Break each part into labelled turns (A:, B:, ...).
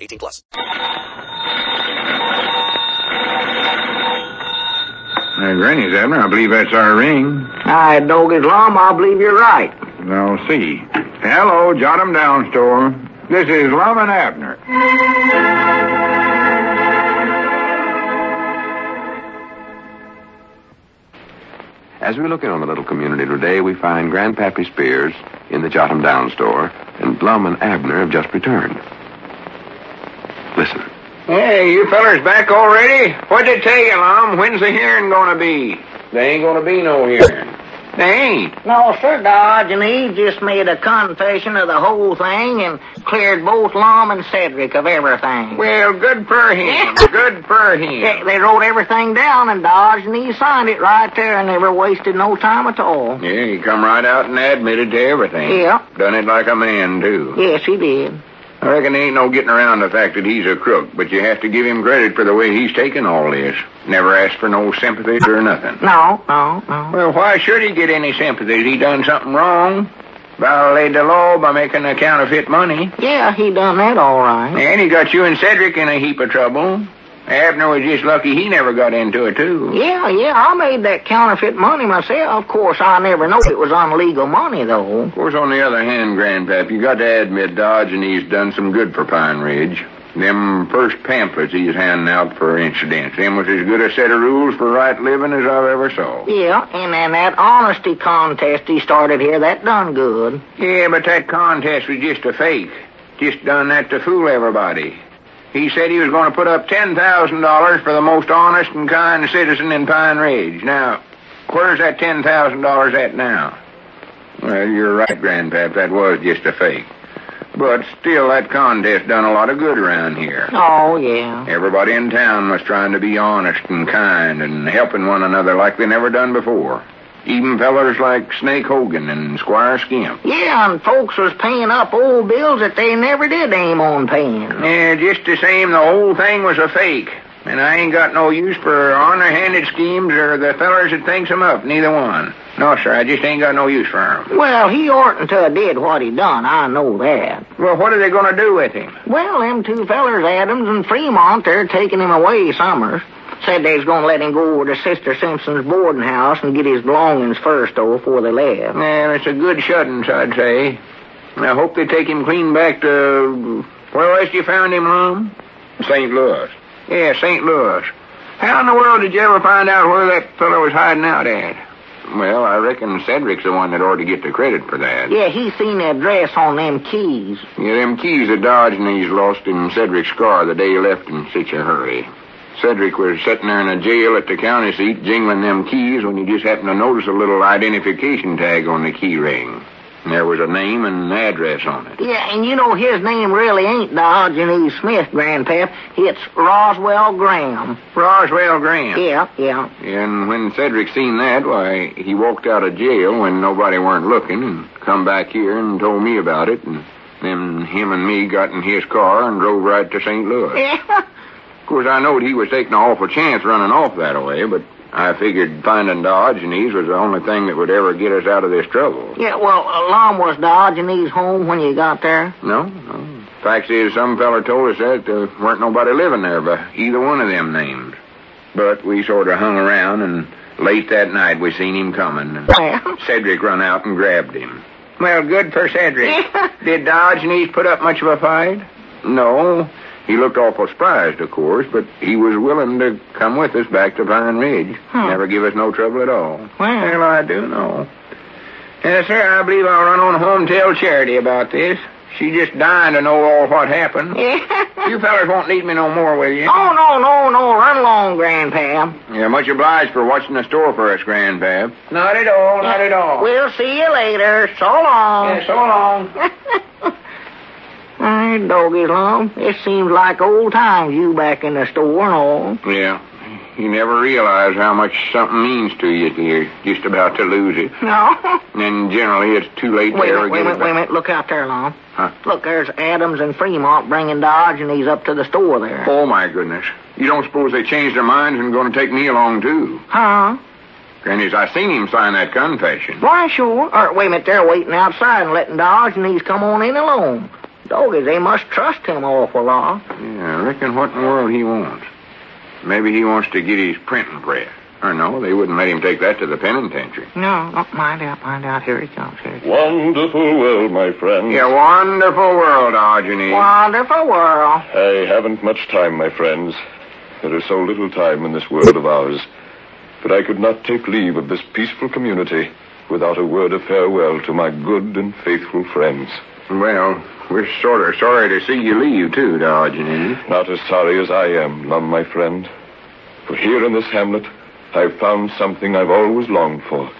A: 18 plus.
B: Now, Granny's Abner, I believe that's our ring.
C: I dog his llama, I believe you're right.
B: Now, see. Hello, jot 'em down, store. This is Lum and Abner.
D: As we look in on the little community today, we find Grandpappy Spears in the Jotham Down store, and Blum and Abner have just returned. Listen.
B: Hey, you fellers back already? What'd they tell you, Lum? When's the hearing gonna be? They ain't gonna be no hearing. They ain't.
C: No, Sir Dodge and he just made a confession of the whole thing and cleared both Lom and Cedric of everything.
B: Well, good for him. good for him.
C: They, they wrote everything down and Dodge and he signed it right there and never wasted no time at all.
B: Yeah, he come right out and admitted to everything.
C: Yeah.
B: Done it like a man, too.
C: Yes, he did.
B: I reckon there ain't no getting around the fact that he's a crook, but you have to give him credit for the way he's taken all this. Never asked for no sympathy or nothing.
C: No, no, no.
B: Well, why should he get any sympathy? He done something wrong. Violated the law by making the counterfeit money.
C: Yeah, he done that all right.
B: And he got you and Cedric in a heap of trouble. Abner was just lucky he never got into it, too.
C: Yeah, yeah, I made that counterfeit money myself. Of course, I never know it was illegal money, though.
B: Of course, on the other hand, Grandpap, you got to admit Dodge and he's done some good for Pine Ridge. Them first pamphlets he's handing out for incidents, them was as good a set of rules for right living as I've ever saw.
C: Yeah, and then that honesty contest he started here, that done good.
B: Yeah, but that contest was just a fake. Just done that to fool everybody. He said he was going to put up $10,000 for the most honest and kind citizen in Pine Ridge. Now, where's that $10,000 at now? Well, you're right, Grandpap. That was just a fake. But still, that contest done a lot of good around here.
C: Oh, yeah.
B: Everybody in town was trying to be honest and kind and helping one another like they never done before. Even fellers like Snake Hogan and Squire Skimp.
C: Yeah, and folks was paying up old bills that they never did aim on paying.
B: Yeah, just the same, the whole thing was a fake. And I ain't got no use for honor-handed schemes or the fellers that thinks 'em up, neither one. No, sir, I just ain't got no use for 'em.
C: Well, he oughtn't to have did what he done, I know that.
B: Well, what are they going to do with him?
C: Well, them two fellers, Adams and Fremont, they're taking him away Summers. Said they was gonna let him go over to Sister Simpson's boarding house and get his belongings first, though, before they left.
B: Yeah, it's a good shuddance, I'd say. I hope they take him clean back to... Where else you found him, Lum? St. Louis. Yeah, St. Louis. How in the world did you ever find out where that fellow was hiding out at? Well, I reckon Cedric's the one that ought to get the credit for that.
C: Yeah, he seen the address on them keys.
B: Yeah, them keys that Dodge and he's lost in Cedric's car the day he left in such a hurry. Cedric was sitting there in a jail at the county seat jingling them keys when he just happened to notice a little identification tag on the key ring. And there was a name and an address on it.
C: Yeah, and you know his name really ain't Dodge and E. Smith, Grandpap. It's Roswell Graham.
B: Roswell Graham.
C: Yeah, yeah.
B: And when Cedric seen that, why, he walked out of jail when nobody weren't looking and come back here and told me about it. And then him and me got in his car and drove right to St. Louis.
C: Yeah.
B: Of course, I knowed he was taking an awful chance running off that way, but I figured finding Diogenes was the only thing that would ever get us out of this trouble.
C: Yeah, well, Lom was Dodge and he's home when you got there.
B: No, no. Fact is, some feller told us that there weren't nobody living there by either one of them names. But we sort of hung around, and late that night we seen him coming. and
C: Well,
B: Cedric run out and grabbed him. Well, good for Cedric.
C: Yeah.
B: Did Diogenes put up much of a fight? No. He looked awful surprised, of course, but he was willing to come with us back to Pine Ridge. Never give us no trouble at all.
C: Well.
B: Hell, I do know. Yes, sir, I believe I'll run on home and tell Charity about this. She just dying to know all what happened.
C: Yeah.
B: You fellers won't need me no more, will you?
C: Oh, no, no, no. Run along, Grandpa.
B: Yeah, much obliged for watching the store for us, Grandpap. Not at all, not at all.
C: We'll see you later. So long.
B: Yeah, so long.
C: Hey, doggy long. It seems like old times you back in the store and all.
B: Yeah. You never realize how much something means to you till you're just about to lose it.
C: No.
B: And generally, it's too late
C: Wait
B: to
C: a
B: ever get
C: minute, wait a minute,
B: it
C: wait a
B: back.
C: minute. Look out there, Long.
B: Huh?
C: Look, there's Adams and Fremont bringing Dodge, and he's up to the store there.
B: Oh, my goodness. You don't suppose they changed their minds and going to take me along, too?
C: Huh?
B: Granny's, I seen him sign that confession.
C: Why, sure. Or, wait a minute, they're waiting outside and letting Dodge, and he's come on in alone. Doggy, they must trust him awful lot.
B: Yeah, I reckon what in the world he wants. Maybe he wants to get his printing press. Or no, they wouldn't let him take that to the penitentiary.
C: No, no, mind out, mind out. Here he comes. Here he comes.
E: Wonderful world, my friend.
B: Yeah, wonderful world, Arginine.
C: Wonderful world.
E: I haven't much time, my friends. There is so little time in this world of ours. But I could not take leave of this peaceful community without a word of farewell to my good and faithful friends.
B: Well, we're sort of sorry to see you leave, too, Arginine.
E: Not as sorry as I am, Lum, my friend. For here in this hamlet, I've found something I've always longed for.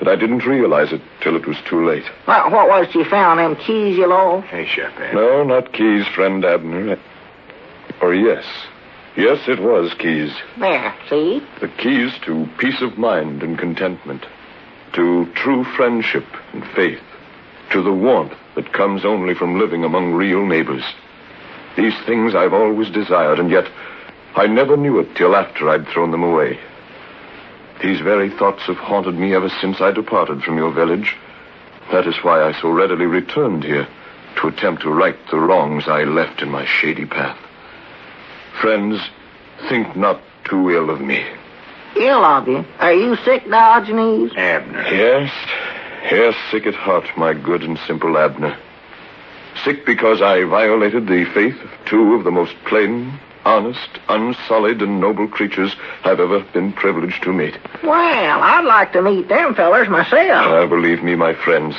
E: But I didn't realize it till it was too late.
C: Well, what was it you found? Them keys you lost?
B: Hey, Shepard.
E: No, not Keys, friend Abner. Or yes. Yes, it was Keys.
C: There, see?
E: The keys to peace of mind and contentment, to true friendship and faith, to the warmth that comes only from living among real neighbors. These things I've always desired, and yet I never knew it till after I'd thrown them away. These very thoughts have haunted me ever since I departed from your village. That is why I so readily returned here, to attempt to right the wrongs I left in my shady path. Friends, think not too ill of me.
C: Ill of you. Are you sick, Dodge knees?
B: Abner.
E: Yes, yes, sick at heart, my good and simple Abner. Sick because I violated the faith of two of the most plain, honest, unsullied, and noble creatures I've ever been privileged to meet.
C: Well, I'd like to meet them fellers myself.
E: Ah, believe me, my friends,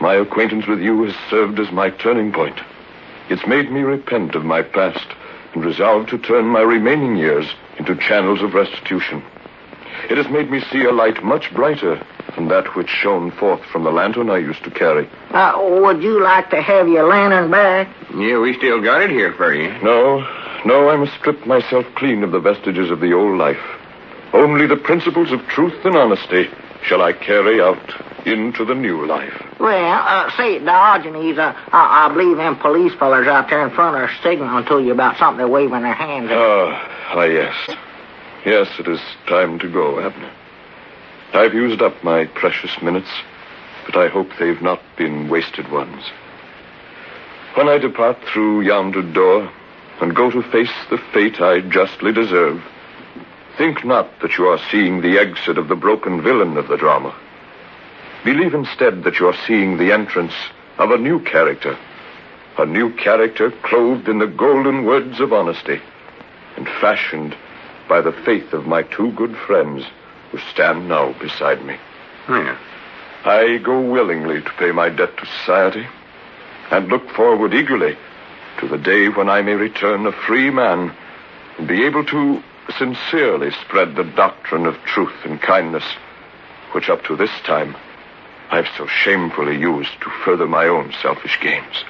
E: my acquaintance with you has served as my turning point. It's made me repent of my past and resolve to turn my remaining years into channels of restitution. It has made me see a light much brighter than that which shone forth from the lantern I used to carry.
C: Uh, would you like to have your lantern back?
B: Yeah, we still got it here for you.
E: No, no, I must strip myself clean of the vestiges of the old life. Only the principles of truth and honesty shall I carry out into the new life.
C: Well, uh, say, Diogenes, uh, I, I believe them police fellers out there in front are signaling to you about something they're waving their hands at.
E: Ah, ah, yes. Yes, it is time to go, Abner. I've used up my precious minutes, but I hope they've not been wasted ones. When I depart through yonder door and go to face the fate I justly deserve, think not that you are seeing the exit of the broken villain of the drama. Believe instead that you are seeing the entrance of a new character, a new character clothed in the golden words of honesty and fashioned by the faith of my two good friends who stand now beside me.
B: Yeah.
E: I go willingly to pay my debt to society and look forward eagerly to the day when I may return a free man and be able to sincerely spread the doctrine of truth and kindness, which up to this time I've so shamefully used to further my own selfish gains.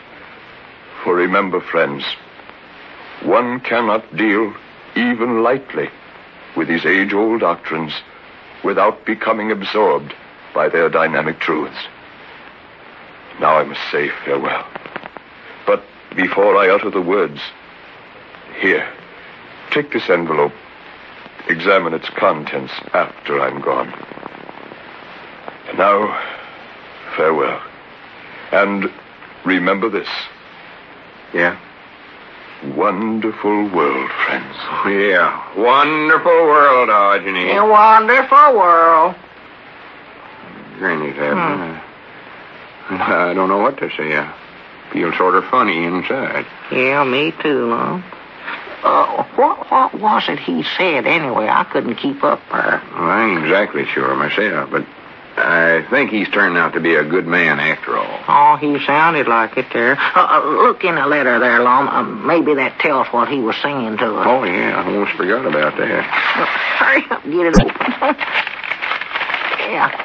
E: For remember, friends, one cannot deal even lightly with these age old doctrines without becoming absorbed by their dynamic truths. Now I must say farewell. But before I utter the words, here, take this envelope. Examine its contents after I'm gone. And now, farewell. And remember this
B: Yeah.
E: wonderful world, friends.
B: Yeah. Wonderful world, oh, Arginine.
C: A wonderful world.
B: "Uh, Granny's having. I don't know what to say. I, Feel sort of funny inside.
C: Yeah, me too, Lon. Uh, what, what was it he said anyway? I couldn't keep up uh. there.
B: Well, I ain't exactly sure myself, but I think he's turned out to be a good man after all.
C: Oh, he sounded like it there. Uh, uh, look in the letter there, Lon. Uh, maybe that tells what he was saying to us.
B: Oh, yeah, I almost forgot about that.
C: Uh, hurry up, get it open. yeah.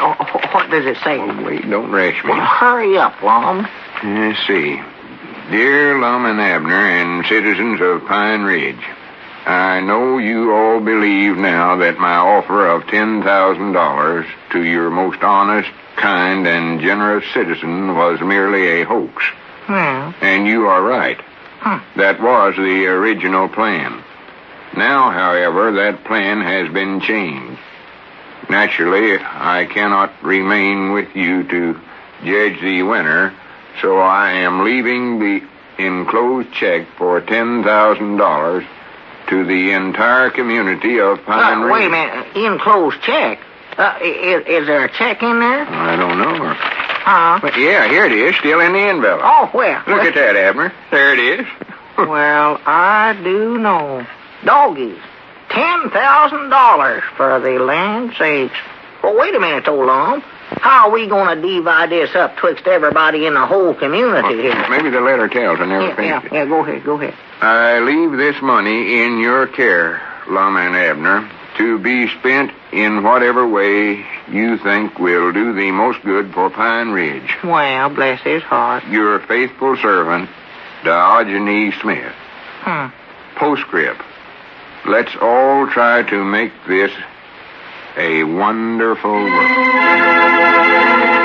C: Oh, wh- what does it say?
B: Oh, wait, don't rush me.
C: Well, hurry up, Lon.
B: Let's see. Dear Lum and Abner and citizens of Pine Ridge, I know you all believe now that my offer of $10,000 to your most honest, kind, and generous citizen was merely a hoax.
C: Well,
B: And you are right.
C: Huh.
B: That was the original plan. Now, however, that plan has been changed. Naturally, I cannot remain with you to judge the winner, so I am leaving the enclosed check for $10,000 to the entire community of Pine
C: uh,
B: Ridge.
C: wait a minute. Enclosed check. Uh, is, is there a check in there?
B: I don't know.
C: Huh?
B: But yeah, here it is, still in the envelope.
C: Oh, well.
B: Look at that, Abner. There it is.
C: Well, I do know. Doggies. Ten thousand dollars for the land sakes. Well, wait a minute, old Lom. How are we gonna divide this up twixt everybody in the whole community here?
B: Maybe the letter tells. I never
C: Yeah,
B: finished
C: yeah,
B: it.
C: yeah, go ahead, go ahead.
B: I leave this money in your care, Lum and Abner, to be spent in whatever way you think will do the most good for Pine Ridge.
C: Well, bless his heart.
B: Your faithful servant, Diogenes Smith.
C: Hmm.
B: Postscript. Let's all try to make this a wonderful world.